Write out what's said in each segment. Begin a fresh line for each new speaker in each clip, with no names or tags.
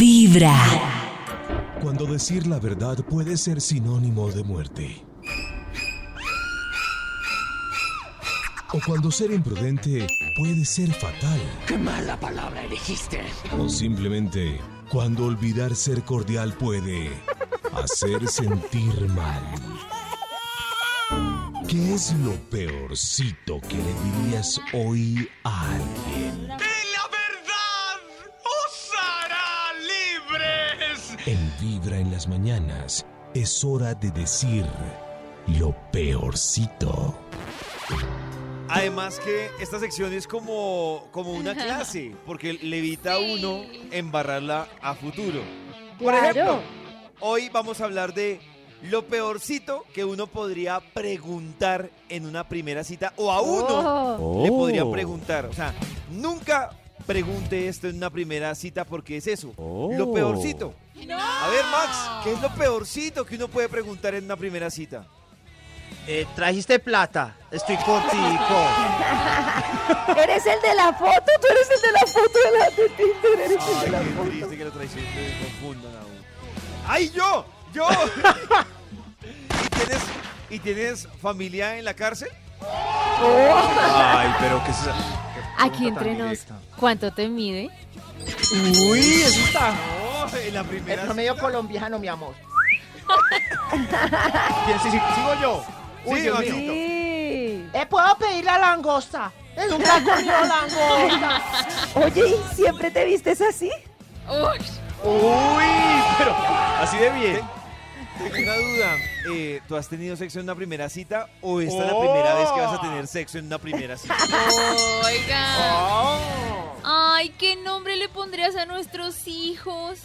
Vibra.
Cuando decir la verdad puede ser sinónimo de muerte. O cuando ser imprudente puede ser fatal.
¡Qué mala palabra elegiste!
O simplemente cuando olvidar ser cordial puede hacer sentir mal. ¿Qué es lo peorcito que le dirías hoy a alguien?
¡De la verdad! ¡Os hará libres!
En Vibra en las mañanas es hora de decir lo peorcito.
Además que esta sección es como, como una clase, porque le evita a uno embarrarla a futuro. Por ejemplo, hoy vamos a hablar de lo peorcito que uno podría preguntar en una primera cita o a uno le podría preguntar. O sea, nunca pregunte esto en una primera cita porque es eso, lo peorcito. A ver, Max, ¿qué es lo peorcito que uno puede preguntar en una primera cita?
Eh, trajiste plata, estoy contigo.
Eres el de la foto, tú eres el de la foto de la de Tinder. Eres
Ay,
el de la
qué
foto.
triste que lo traicionen, confundan a uno. ¡Ay, yo! ¡Yo! ¿Y, tienes, ¿Y tienes familia en la cárcel?
Oh.
Ay, pero qué es esa- qué
Aquí
pregunta
entre
tan
nos,
directa.
¿cuánto te mide?
Uy, eso está.
No, en la
El
primera.
promedio colombiano, mi amor. Bien, sí, sí, sigo yo. Uy,
Sí,
Dios
Maxito.
mío.
Sí.
Eh, ¿Puedo pedir la langosta? Es un comido langosta.
Oye, ¿y siempre te vistes así?
Tengo una duda. Eh, ¿Tú has tenido sexo en una primera cita o esta
Oh.
es la primera vez que vas a tener sexo en una primera cita?
Oiga.
Oh.
Ay, ¿qué nombre le pondrías a nuestros hijos?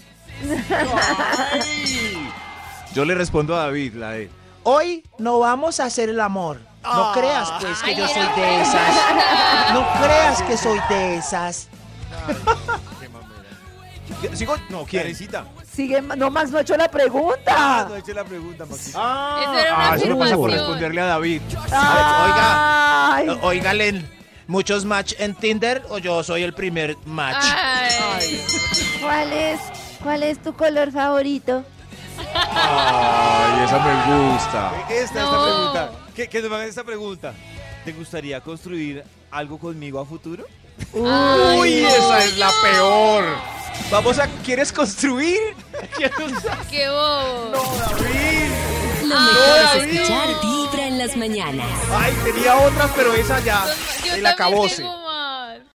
Yo le respondo a David, la de.
Hoy no vamos a hacer el amor. No creas, pues, que yo
Ah. Ay,
soy
era
de esas. No creas que soy de esas.
¿Sigo? No, ¿quién?
Karencita.
Sigue, no, Max no ha hecho la pregunta.
Ah, no eché la pregunta, Maxito.
Eso era una
Ah, eso no pasa por
afirmación.
responderle a David.
Ah,
Ay,
Oiga, oígale, ¿muchos match en Tinder o yo soy el primer match?
Ah. Ay.
¿cuál es, cuál es tu color favorito?
Ay, esa me gusta.
Esta,
No.
esta pregunta. Que, que nos hagan esta pregunta. ¿Te gustaría construir algo conmigo a futuro?
Ay,
Uy,
no,
esa es la peor. Vamos a. ¿Quieres construir?
¡Qué bobo!
Lo mejor es escuchar Vibra en las mañanas.
Ay, tenía otras, pero esa ya.
Yo
El
también
acabose.
tengo